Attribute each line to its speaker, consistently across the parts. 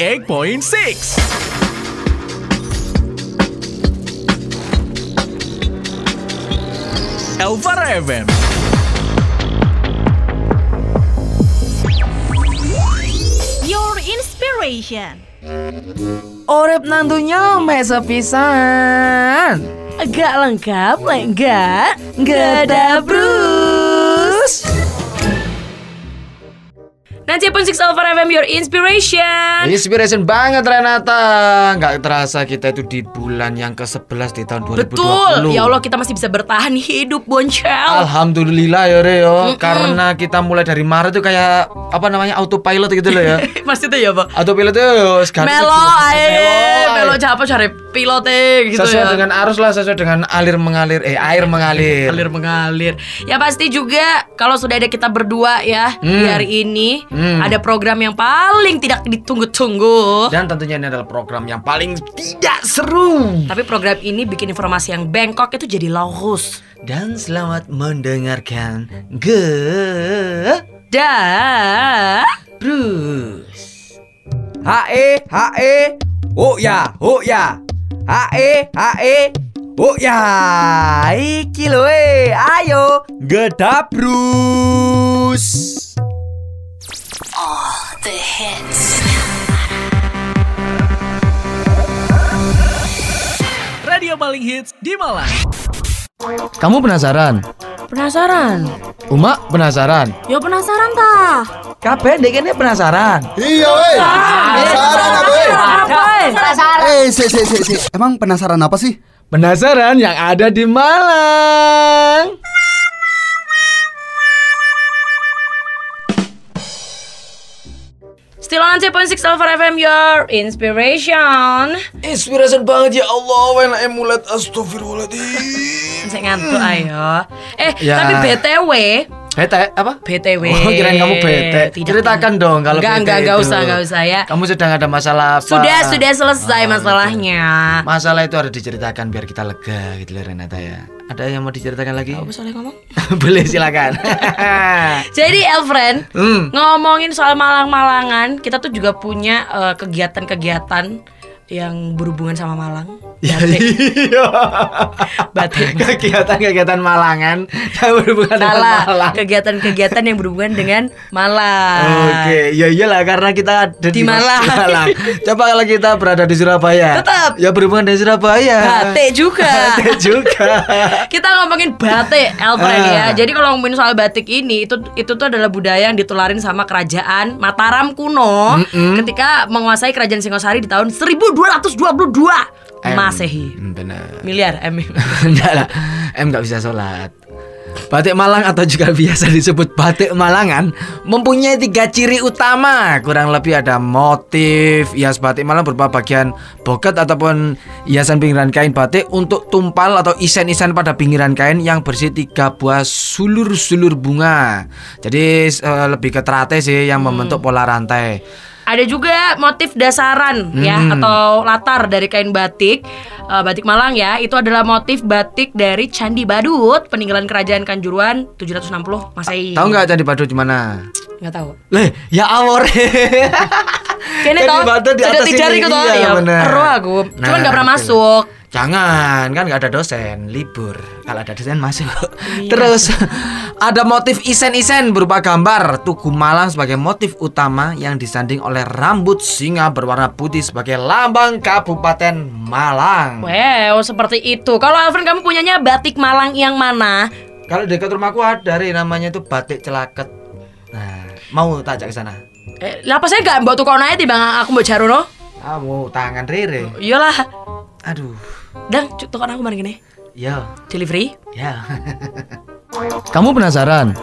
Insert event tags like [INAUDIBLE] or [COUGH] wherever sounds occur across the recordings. Speaker 1: 98.6 Elvara FM
Speaker 2: Your inspiration.
Speaker 3: Orep nantunya mesa pisan.
Speaker 2: Agak lengkap, lek enggak?
Speaker 3: Gada Bruce.
Speaker 2: Nanti pun Six Alpha FM Your
Speaker 4: Eh,
Speaker 2: Inspiration.
Speaker 4: Inspiration banget Renata Nggak terasa kita itu di bulan yang ke-11 di tahun 2020
Speaker 2: Betul. Ya Allah kita masih bisa bertahan hidup Boncel.
Speaker 4: Alhamdulillah ya Reo Karena kita mulai dari Maret tuh kayak Apa namanya autopilot gitu
Speaker 2: [LAUGHS]
Speaker 4: loh ya
Speaker 2: [LAUGHS] Maksudnya ya bang.
Speaker 4: Autopilot tuh sekarang-
Speaker 2: Melo, ae,
Speaker 4: Melo,
Speaker 2: melo
Speaker 4: ae.
Speaker 2: siapa cari pilote gitu ya.
Speaker 4: Sesuai dengan arus lah Sesuai dengan alir mengalir Eh air mengalir
Speaker 2: Alir mengalir. Ya pasti juga kalau sudah ada kita berdua ya di hari ini
Speaker 4: Hmm.
Speaker 2: ada program yang paling tidak ditunggu-tunggu.
Speaker 4: Dan tentunya ini adalah program yang paling tidak seru
Speaker 2: Tapi program ini bikin informasi yang bengkok itu jadi laurus.
Speaker 4: Dan selamat mendengarkan Ge
Speaker 2: Dah.
Speaker 4: Bruce
Speaker 3: Hae hae. Oh ya, oh ya. Hae hae. Oh ya. Iki loh, eh. ayo. Gada Bruce.
Speaker 1: Radio paling hits di Malang
Speaker 4: Kamu penasaran?
Speaker 2: Penasaran?
Speaker 4: Uma penasaran?
Speaker 2: Yo penasaran kah?
Speaker 3: Kabeh ndek kene penasaran.
Speaker 5: Iya weh.
Speaker 2: Ah,
Speaker 5: Penasaran apa weh? Eh, si, si, si, si. Emang penasaran apa sih?
Speaker 4: Penasaran yang ada di Malang.
Speaker 2: Still on oh 1.6 Alpha FM Your Inspiration.
Speaker 4: Inspirasi banget ya Allah, wena emulat astagfirullahaladzim.
Speaker 2: Saya ngantuk ayo. Eh
Speaker 4: Hmm. Ya.
Speaker 2: tapi btw,
Speaker 4: Bete apa?
Speaker 2: btw.
Speaker 4: Oh, kirain kamu bete.
Speaker 2: Tidak.
Speaker 4: Ceritakan dong kalau
Speaker 2: Enggak,
Speaker 4: bete
Speaker 2: enggak, enggak
Speaker 4: itu.
Speaker 2: usah, enggak usah ya.
Speaker 4: Kamu sedang ada masalah apa? Oh, gitu.
Speaker 2: Sudah, sudah selesai masalahnya.
Speaker 4: Masalah itu harus diceritakan biar kita lega gitu loh Renata ya. Ada yang mau diceritakan lagi?
Speaker 2: Soalnya ngomong.
Speaker 4: [LAUGHS] Boleh
Speaker 2: [LAUGHS]
Speaker 4: silakan.
Speaker 2: Jadi Elfriend,
Speaker 4: hmm.
Speaker 2: ngomongin soal Malang-Malangan, kita tuh juga punya eh, kegiatan-kegiatan yang berhubungan sama Malang.
Speaker 4: Ya,
Speaker 2: Batik.
Speaker 4: iya.
Speaker 2: [LAUGHS] Batik.
Speaker 4: Kegiatan-kegiatan Malangan yang berhubungan dengan
Speaker 2: Salah,
Speaker 4: Malang.
Speaker 2: kegiatan-kegiatan yang berhubungan dengan Malang.
Speaker 4: Oke, ya iyalah karena kita ada
Speaker 2: Ah. Di Malang.
Speaker 4: Coba kalau kita berada di Surabaya.
Speaker 2: Tetap.
Speaker 4: Ya berhubungan dengan Surabaya.
Speaker 2: Batik juga.
Speaker 4: Batik juga.
Speaker 2: Kita ngomongin batik, Alfred ya.
Speaker 4: Ah.
Speaker 2: Jadi kalau ngomongin soal batik ini, itu itu tuh adalah budaya yang ditularin sama kerajaan Mataram kuno ketika menguasai kerajaan Singosari di tahun 1222 [LAUGHS] Masehi.
Speaker 4: Hmm, Benar.
Speaker 2: Miliar, em.
Speaker 4: [LAUGHS] Enggak lah. Em nggak bisa sholat. Batik Malang atau juga [LAUGHS] biasa disebut batik Malangan mempunyai tiga ciri utama. Kurang lebih ada motif hias batik Malang berupa bagian boket ataupun hiasan pinggiran kain batik untuk tumpal atau isen-isen pada pinggiran kain yang berisi tiga buah sulur-sulur bunga. Jadi eh, lebih ke teratai sih yang membentuk pola rantai.
Speaker 2: Ada juga motif dasaran ya
Speaker 4: Hmm.
Speaker 2: atau latar dari kain batik eh, batik Malang ya. Itu adalah motif batik dari Candi Badut, peninggalan kerajaan Kanjuruan 760 Masehi.
Speaker 4: Tahu nggak Candi Badu di mana?
Speaker 2: Nggak tahu.
Speaker 4: Leh, ya awor.
Speaker 2: Kayaknya
Speaker 4: Kan
Speaker 2: tahu.
Speaker 4: di Badut di
Speaker 2: sudah
Speaker 4: atas
Speaker 2: tiga
Speaker 4: ini.
Speaker 2: hari ke
Speaker 4: Iya,
Speaker 2: ya.
Speaker 4: benar.
Speaker 2: Ero aku. Cuman
Speaker 4: Nah,
Speaker 2: nggak pernah
Speaker 4: betul.
Speaker 2: masuk.
Speaker 4: Jangan, kan nggak ada dosen, libur. Kalau ada dosen masuk.
Speaker 2: Iya.
Speaker 4: Terus ada motif isen-isen berupa gambar tugu Malang sebagai motif utama yang disanding oleh rambut singa berwarna putih sebagai lambang Kabupaten Malang.
Speaker 2: Wow, seperti itu. Kalau Alvin kamu punyanya batik Malang yang mana?
Speaker 4: Kalau dekat rumahku ada Ri, namanya itu batik celaket. Nah, mau tak ajak ke sana?
Speaker 2: Eh, lah apa saya nggak mbak tukau naik tiba aku mbak Jarono?
Speaker 4: Kamu tangan Riri.
Speaker 2: Iyalah.
Speaker 4: Aduh,
Speaker 2: Dang, cuk tukau aku mari gini.
Speaker 4: ya,
Speaker 2: Delivery.
Speaker 4: ya. Kamu penasaran?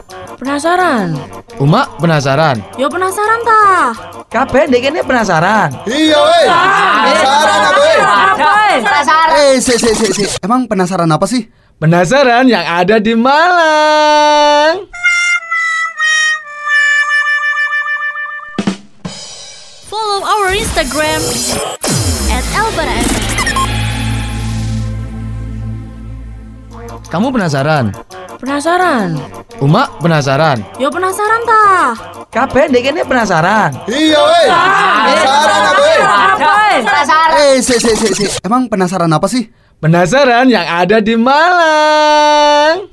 Speaker 2: Penasaran?
Speaker 4: Uma penasaran?
Speaker 2: Yo penasaran kah?
Speaker 3: Kabeh ndek kene penasaran.
Speaker 5: Iya weh. Penasaran apa weh?
Speaker 2: Penasaran.
Speaker 5: Eh, si, si, si, si. Emang penasaran apa sih?
Speaker 4: Penasaran yang ada di Malang?
Speaker 6: Follow our Instagram at Elvara
Speaker 4: Kamu penasaran?
Speaker 2: Penasaran?
Speaker 3: Uma penasaran.
Speaker 6: Yo penasaran tah?
Speaker 3: Kabeh dek kene penasaran.
Speaker 5: Iya weh. Penasaran apa weh?
Speaker 7: Penasaran.
Speaker 5: Eh, si, si, si, si. Emang penasaran apa sih?
Speaker 4: Penasaran yang ada di Malang.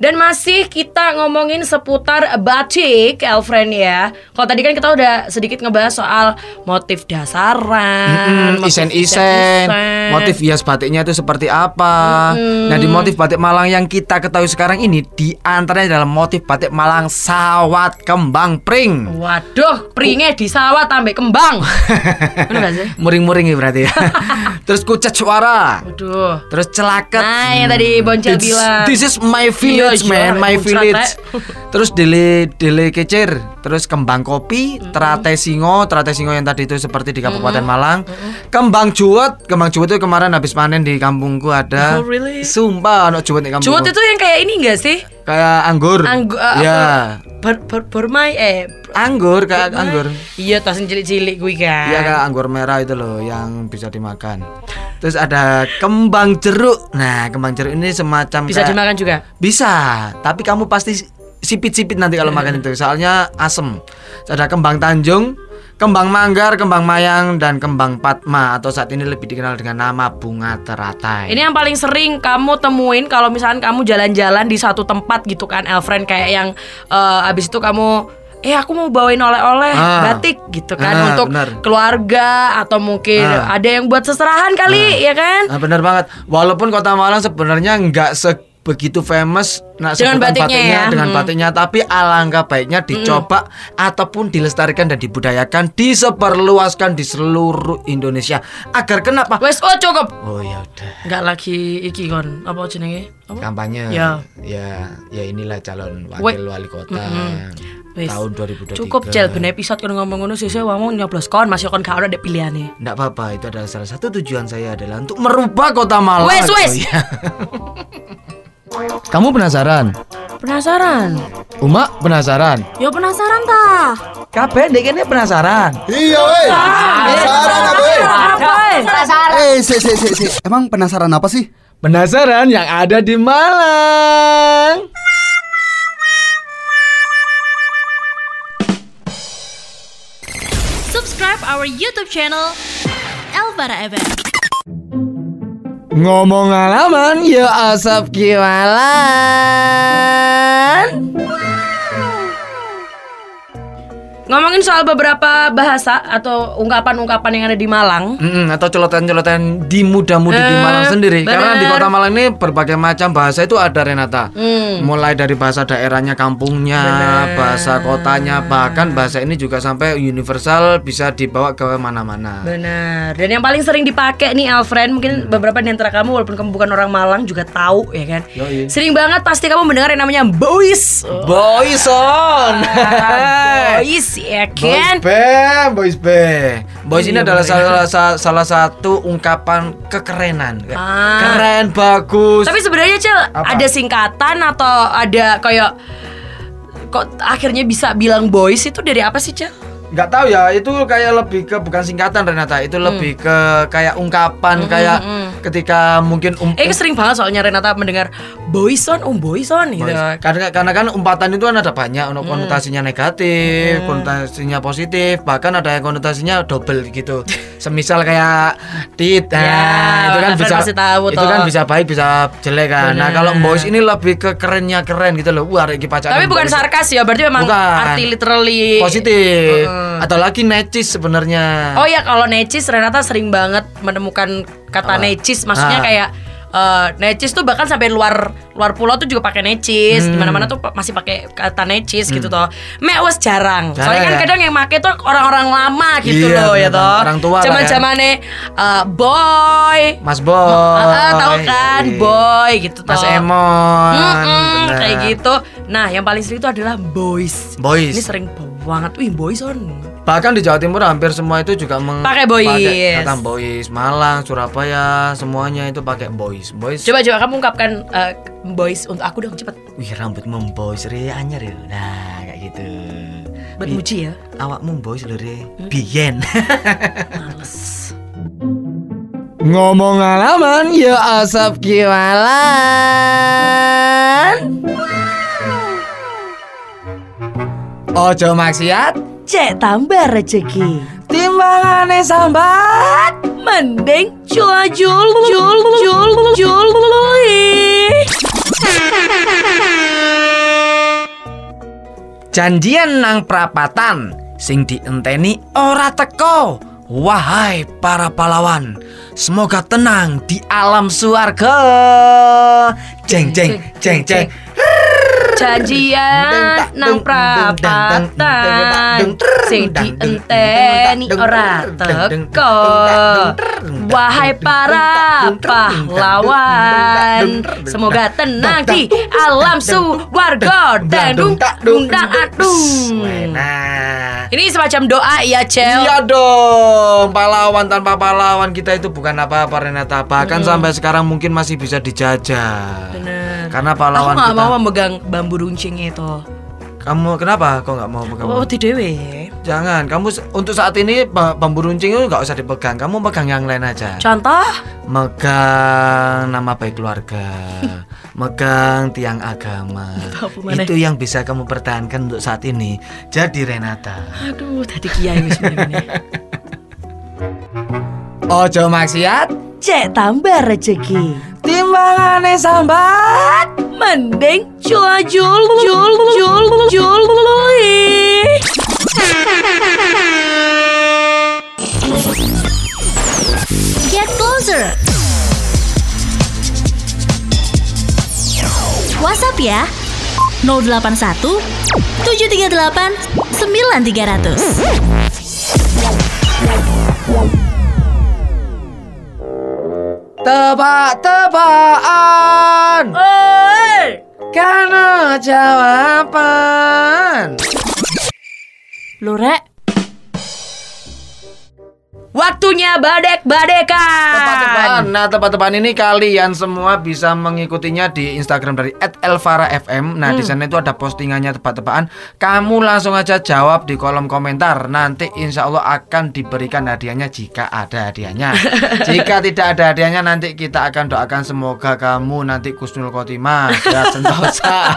Speaker 2: Dan masih kita ngomongin seputar batik, Elfriend ya. Kalau tadi kan kita udah sedikit ngebahas soal motif dasaran,
Speaker 4: Mm,
Speaker 2: motif
Speaker 4: Isen-isen,
Speaker 2: isen-isen.
Speaker 4: motif hias batiknya itu seperti apa? Nah, di motif batik Malang yang kita ketahui sekarang ini di antaranya dalam motif batik Malang sawat kembang pring.
Speaker 2: Waduh, pringe di sawah tambah
Speaker 4: [LAUGHS]
Speaker 2: kembang. Bener gak sih?
Speaker 4: Muring-muring ya berarti ya. [LAUGHS] Terus kucet suara.
Speaker 2: Waduh.
Speaker 4: Terus celaket.
Speaker 2: Nah, yang tadi Boncel
Speaker 4: This-
Speaker 2: bilang.
Speaker 4: This is my village
Speaker 2: Iya, iya,
Speaker 4: man, my
Speaker 2: muncrat,
Speaker 4: village.
Speaker 2: Rek.
Speaker 4: Terus dele dele kecir, terus kembang kopi, teratai singo, teratai singo yang tadi itu seperti di Kabupaten Malang. Kembang juwet, kembang juwet itu kemarin habis panen di kampungku ada.
Speaker 2: Oh, really?
Speaker 4: Sumpah ono juwet di kampungku.
Speaker 2: Cuot itu yang kayak ini gak sih?
Speaker 4: kayak anggur.
Speaker 2: Anggur uh,
Speaker 4: ya.
Speaker 2: ber, ber, bermai eh
Speaker 4: Anggur kayak
Speaker 2: bermai.
Speaker 4: anggur.
Speaker 2: Iya, tas cilik-cilik gue kan.
Speaker 4: Iya kayak anggur merah itu loh yang bisa dimakan. Terus ada kembang jeruk. Nah, kembang jeruk ini semacam
Speaker 2: Bisa
Speaker 4: kayak-
Speaker 2: dimakan juga.
Speaker 4: Bisa, tapi kamu pasti sipit-sipit nanti kalau makan
Speaker 2: Iya.
Speaker 4: itu. Soalnya asem. Ada kembang Tanjung, kembang Manggar, kembang Mayang, dan kembang Patma atau saat ini lebih dikenal dengan nama bunga teratai.
Speaker 2: Ini yang paling sering kamu temuin kalau misalkan kamu jalan-jalan di satu tempat gitu kan, Elfriend kayak yang eh, abis itu kamu eh aku mau bawain oleh-oleh
Speaker 4: Ah.
Speaker 2: batik gitu kan
Speaker 4: Ah,
Speaker 2: untuk
Speaker 4: benar.
Speaker 2: keluarga atau mungkin
Speaker 4: Ah.
Speaker 2: ada yang buat seserahan kali ya kan?
Speaker 4: Nah, bener banget. Walaupun Kota Malang sebenarnya nggak sebegitu famous nah,
Speaker 2: Dengan
Speaker 4: sebutan
Speaker 2: batiknya ya.
Speaker 4: dengan
Speaker 2: Hmm.
Speaker 4: batiknya, tapi alangkah baiknya dicoba ataupun dilestarikan dan dibudayakan, diseperluaskan di seluruh Indonesia agar kenapa?
Speaker 2: Wes oh cukup.
Speaker 4: Oh ya udah.
Speaker 2: Nggak lagi iki kon apa jenenge? Apa?
Speaker 4: kampanye
Speaker 2: Ya.
Speaker 4: ya ya inilah calon
Speaker 2: Wek.
Speaker 4: wakil wali kota
Speaker 2: Wis.
Speaker 4: tahun 2023
Speaker 2: Cukup cel ben episode kon ngomong ngono sesuk wamu nyoblos kon masih kon gak ada pilihannya.
Speaker 4: Nggak apa-apa itu adalah salah satu tujuan saya adalah untuk merubah kota Malang
Speaker 2: Wes,
Speaker 4: Oh,
Speaker 2: wes.
Speaker 4: iya.
Speaker 3: Kamu penasaran?
Speaker 2: Penasaran?
Speaker 3: Uma penasaran.
Speaker 6: Yo penasaran tah?
Speaker 3: Kabeh dek kene penasaran.
Speaker 5: Iya weh. Penasaran apa weh?
Speaker 7: Penasaran.
Speaker 5: Eh, si, si, si, si. Emang penasaran apa sih?
Speaker 4: penasaran yang ada di Malang
Speaker 6: Subscribe our YouTube channel Elvara FM.
Speaker 4: ngomong alaman ya asap kiwalan
Speaker 2: Ngomongin soal beberapa bahasa atau ungkapan-ungkapan yang ada di Malang.
Speaker 4: Mm, atau celotehan-celotehan di muda-mudi
Speaker 2: Eh,
Speaker 4: di Malang sendiri
Speaker 2: bener.
Speaker 4: karena di kota Malang ini berbagai macam bahasa itu ada Renata
Speaker 2: Hmm.
Speaker 4: mulai dari bahasa daerahnya kampungnya bahasa kotanya bahkan bahasa ini juga sampai universal bisa dibawa ke mana-mana
Speaker 2: Benar. Dan yang paling sering dipakai nih Alfred, mungkin beberapa di antara kamu walaupun kamu bukan orang Malang juga tahu ya kan. Sering banget pasti kamu mendengar yang namanya boys.
Speaker 4: boys on
Speaker 2: boys ya
Speaker 4: [LAUGHS] Boys
Speaker 2: kan.
Speaker 4: band, boys band. Boys
Speaker 2: Iya,
Speaker 4: ini adalah salah, sa- salah satu ungkapan kekerenan. Kayak,
Speaker 2: Ah.
Speaker 4: Keren, bagus.
Speaker 2: Tapi sebenarnya Cel, ada singkatan atau ada kayak kok akhirnya bisa bilang boys itu dari apa sih Cel?
Speaker 4: nggak tahu ya itu kayak lebih ke bukan singkatan Renata
Speaker 2: Hmm.
Speaker 4: itu lebih ke kayak ungkapan kayak ketika mungkin um,
Speaker 2: Eh sering banget soalnya Renata mendengar boyson, oh boyson gitu.
Speaker 4: Boys. Karena karena kan umpatan itu kan ada banyak ono
Speaker 2: Hmm.
Speaker 4: konotasinya negatif, konotasinya positif, bahkan ada yang konotasinya double gitu. Semisal kayak tit,
Speaker 2: Ya,
Speaker 4: nah, itu kan
Speaker 2: Alfred
Speaker 4: bisa
Speaker 2: pasti tahu
Speaker 4: itu
Speaker 2: toh.
Speaker 4: kan bisa baik bisa jelek kan. Nah kalau boys ini lebih ke kerennya keren gitu loh. Wah, iki pacaran.
Speaker 2: Tapi bukan
Speaker 4: boys.
Speaker 2: sarkas ya, berarti memang
Speaker 4: Bukan.
Speaker 2: arti literally
Speaker 4: positif.
Speaker 2: Heeh.
Speaker 4: Atau lagi necis sebenarnya.
Speaker 2: Hmm. Oh ya kalau necis Renata sering banget menemukan kata necis maksudnya
Speaker 4: Ah.
Speaker 2: kayak eh, necis tuh bahkan sampai luar luar pulau tuh juga pakai necis
Speaker 4: Hmm.
Speaker 2: di mana-mana tuh pa- masih pakai kata necis gitu toh. Mek wes jarang.
Speaker 4: Jarang
Speaker 2: Soalnya kan
Speaker 4: ya?
Speaker 2: kadang yang make tuh orang-orang lama gitu
Speaker 4: Iya,
Speaker 2: loh ya
Speaker 4: bener.
Speaker 2: toh.
Speaker 4: Orang tua lah ya.
Speaker 2: Zaman-zamane eh, boy.
Speaker 4: Mas Boy. Iya,
Speaker 2: Ah, tahu kan boy gitu toh.
Speaker 4: Mas Emon.
Speaker 2: Mm-mm,
Speaker 4: bener.
Speaker 2: kayak gitu. Nah, yang paling sering itu adalah boys.
Speaker 4: Boys.
Speaker 2: Ini sering banget. Wih, boys on.
Speaker 4: Bahkan di Jawa Timur hampir semua itu juga meng-
Speaker 2: Pakai boys.
Speaker 4: pakai kata boys. Malang, Surabaya, semuanya itu pakai boys. Boys.
Speaker 2: Coba coba kamu ungkapkan eh, boys untuk aku dong cepet
Speaker 4: Wih, rambut memboys re anyar ya. Nah, kayak gitu.
Speaker 2: buat
Speaker 4: Wih,
Speaker 2: muji ya. Hmm?
Speaker 4: Awakmu boys lho re. Biyen. Ngomong alaman, ya asap kiwalan. Ojo maksiat,
Speaker 2: Cek tambah rezeki.
Speaker 4: timbangane sambat.
Speaker 2: Mending cula jul jul jul jul
Speaker 4: Janjian nang prapatan sing dienteni ora teko. Wahai para pahlawan, semoga tenang di alam suarga. Jeng jeng jeng jeng.
Speaker 2: Janjian nang prapatan Sing dienteni ora teko Wahai para pahlawan Semoga tenang di alam suwargo Dan dung dung dang adung
Speaker 4: Nah,
Speaker 2: Ini semacam doa ya Cel
Speaker 4: Iya dong, pahlawan tanpa pahlawan kita itu bukan apa-apa Renata. Bahkan sampai sekarang mungkin masih bisa dijajah.
Speaker 2: Bener.
Speaker 4: Karena
Speaker 2: Aku
Speaker 4: pahlawan
Speaker 2: gak
Speaker 4: kita.
Speaker 2: mau memegang bambu runcing itu
Speaker 4: Kamu kenapa? Kok nggak mau pegang?
Speaker 2: Oh di dewe
Speaker 4: Jangan, kamu se- untuk saat ini ba- bambu runcing itu nggak usah dipegang. Kamu pegang yang lain aja.
Speaker 2: Contoh
Speaker 4: Megang nama baik keluarga, [LAUGHS] megang tiang agama.
Speaker 2: Apa mana?
Speaker 4: Itu yang bisa kamu pertahankan untuk saat ini. Jadi Renata.
Speaker 2: Aduh tadi kiai wis ini
Speaker 4: Ojo maksiat,
Speaker 2: Cek tambah rezeki
Speaker 4: timbangane sambat.
Speaker 2: Mending cula jul jul jul jul
Speaker 6: Get closer. WhatsApp ya. 081 738 9300.
Speaker 4: Tebak-tebakan
Speaker 2: Oi
Speaker 4: Karena jawaban
Speaker 2: Lu rek Waktunya badek-badekan
Speaker 4: Tebak-tebakan Nah tebak-tebakan ini kalian semua bisa mengikutinya di Instagram dari @elvara_fm. Nah di sana itu ada postingannya tebak-tebakan Kamu langsung aja jawab di kolom komentar Nanti insya Allah akan diberikan hadiahnya jika ada hadiahnya Jika tidak ada hadiahnya nanti kita akan doakan Semoga kamu nanti Kusnul Khotimah Ya sentosa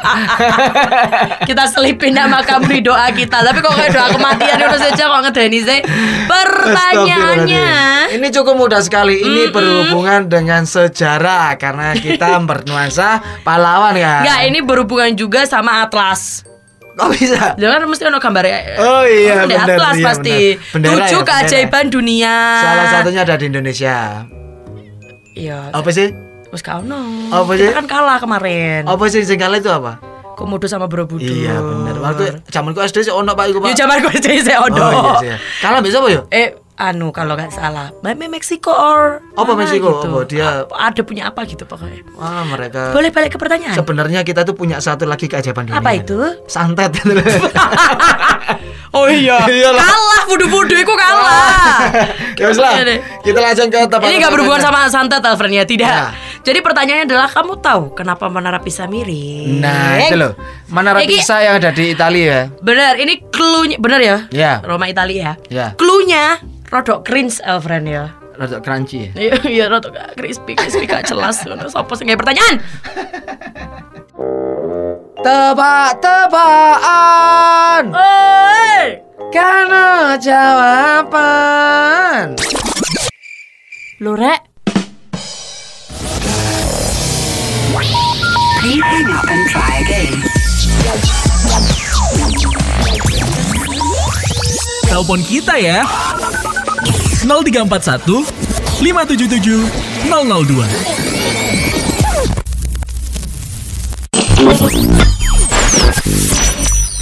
Speaker 2: Kita selipin nama kamu di doa kita Tapi kok kayak doa kematian udah saja kok ngedeni sih Pertanyaannya
Speaker 4: Astagfirullahaladzim. Ini cukup mudah sekali. Ini berhubungan dengan sejarah karena kita bernuansa pahlawan kan.
Speaker 2: Enggak ini berhubungan juga sama Atlas
Speaker 4: Kok bisa?
Speaker 2: Jangan mesti ono gambar
Speaker 4: Oh iya,
Speaker 2: Di
Speaker 4: benar,
Speaker 2: Atlas
Speaker 4: iya,
Speaker 2: pasti
Speaker 4: benar. Bendera ya,
Speaker 2: Tujuh
Speaker 4: bendera.
Speaker 2: keajaiban dunia
Speaker 4: Salah
Speaker 2: Ah.
Speaker 4: satunya ada di Indonesia.
Speaker 2: Iya
Speaker 4: Apa sih?
Speaker 2: Wes gak ono.
Speaker 4: Apa sih?
Speaker 2: Kita kan kalah kemarin.
Speaker 4: Apa sih sing kalah itu apa?
Speaker 2: Komodo sama Borobudur.
Speaker 4: Iya benar. Waktu zamanku SD sih ono Pak iku Pak.
Speaker 2: Ya zaman gue jadi saya odo.
Speaker 4: Oh iya sih. Kalah mbek sapa yo?
Speaker 2: Eh anu kalau nggak salah, Meme Meksiko or
Speaker 4: Apa
Speaker 2: mana
Speaker 4: Meksiko? Apa dia- Eh,
Speaker 2: Apa- ada punya apa gitu pokoknya.
Speaker 4: Wah, mereka
Speaker 2: Boleh balik ke pertanyaan.
Speaker 4: sebenarnya kita tuh punya satu lagi keajaiban dunia.
Speaker 2: Apa itu? [LAUGHS]
Speaker 4: Santet.
Speaker 2: oh
Speaker 4: [LAUGHS]
Speaker 2: iya.
Speaker 4: Iyalah.
Speaker 2: kalah budu-budu iku kalah.
Speaker 4: [LAUGHS] ya wis lah.
Speaker 2: Iya deh.
Speaker 4: Kita langsung ke tempat.
Speaker 2: Ini nggak berhubungan sama santet Alfred ya, tidak.
Speaker 4: Ya.
Speaker 2: Jadi pertanyaannya adalah kamu tahu kenapa menara Pisa miring?
Speaker 4: Nah, itu loh. Menara
Speaker 2: Iki-
Speaker 4: Pisa yang ada di Italia ya.
Speaker 2: Bener, ini clue bener ya?
Speaker 4: Iya.
Speaker 2: Roma Italia ya.
Speaker 4: Iya.
Speaker 2: Clue-nya rodok cringe Alfred ya.
Speaker 4: Rada crunchy ya.
Speaker 2: Iya, iya rodok gak crispy, crispy gak jelas. Ngono sapa sing gawe pertanyaan?
Speaker 4: Tebak-tebakan
Speaker 2: Oi!
Speaker 4: Karena jawaban
Speaker 2: Lu rek
Speaker 1: Telepon kita ya 0341 577 002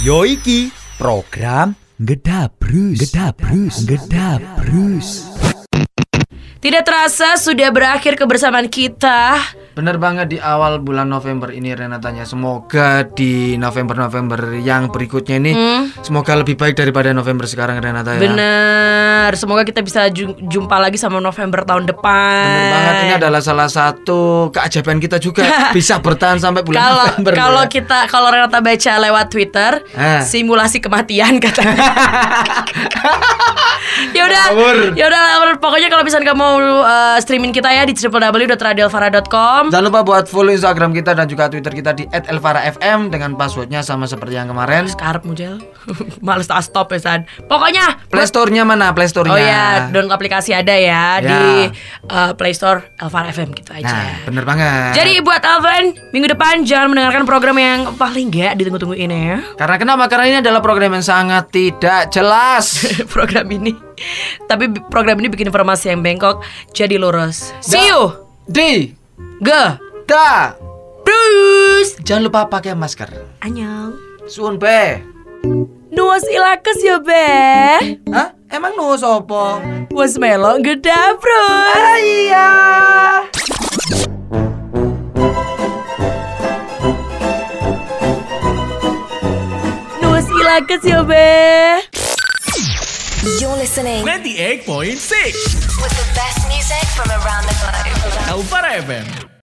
Speaker 5: Yoiki program Gedabrus Gedabrus Gedabrus
Speaker 2: tidak terasa sudah berakhir kebersamaan kita
Speaker 4: Bener banget di awal bulan November ini Renatanya Semoga di November-November yang berikutnya ini Semoga lebih baik daripada November sekarang Renata ya
Speaker 2: Hmm. Bener. Semoga kita bisa ju- jumpa lagi sama November tahun depan.
Speaker 4: Bener banget ini adalah salah satu keajaiban kita juga
Speaker 2: [LAUGHS]
Speaker 4: Bisa bertahan sampai bulan
Speaker 2: Kalau
Speaker 4: November
Speaker 2: kalau
Speaker 4: ya.
Speaker 2: kita kalau Renata baca lewat Twitter,
Speaker 4: Ah.
Speaker 2: simulasi kematian
Speaker 4: [LAUGHS]
Speaker 2: katanya. ya udah,
Speaker 4: Ngawur.
Speaker 2: ya udah ngawur. pokoknya kalau misalnya kamu uh, streaming kita ya di www.radialvara.com.
Speaker 4: Jangan lupa buat follow Instagram kita dan juga Twitter kita di @elvara_fm dengan passwordnya sama seperti yang kemarin.
Speaker 2: Sekarep mujel. [LAUGHS] Males tak stop ya San. Pokoknya
Speaker 4: Playstore-nya mana? Playstore-nya.
Speaker 2: Oh ya, download aplikasi ada ya,
Speaker 4: Ya.
Speaker 2: di uh, Play Store Alvar FM gitu aja.
Speaker 4: Nah, bener banget.
Speaker 2: Jadi buat Alvan, minggu depan jangan mendengarkan program yang paling gak ditunggu-tunggu ini ya. [LAUGHS]
Speaker 4: karena kenapa? Karena ini adalah program yang sangat tidak
Speaker 2: [LAUGHS]
Speaker 4: jelas.
Speaker 2: program ini. Tapi bi- program ini bikin informasi yang bengkok jadi lurus. See you.
Speaker 4: Di
Speaker 2: Ge.
Speaker 4: da.
Speaker 2: Dus.
Speaker 4: Jangan lupa pakai masker.
Speaker 2: Anyang.
Speaker 4: Suun be.
Speaker 2: Nuas ilakes ya, Beh.
Speaker 4: Hah? Emang nu sopo?
Speaker 2: Was melo gedabrus.
Speaker 4: Iya.
Speaker 2: Nuas ilakes ya, Beh.
Speaker 8: You're listening
Speaker 1: 98.6
Speaker 8: with the best music from around the globe.
Speaker 1: Elvara FM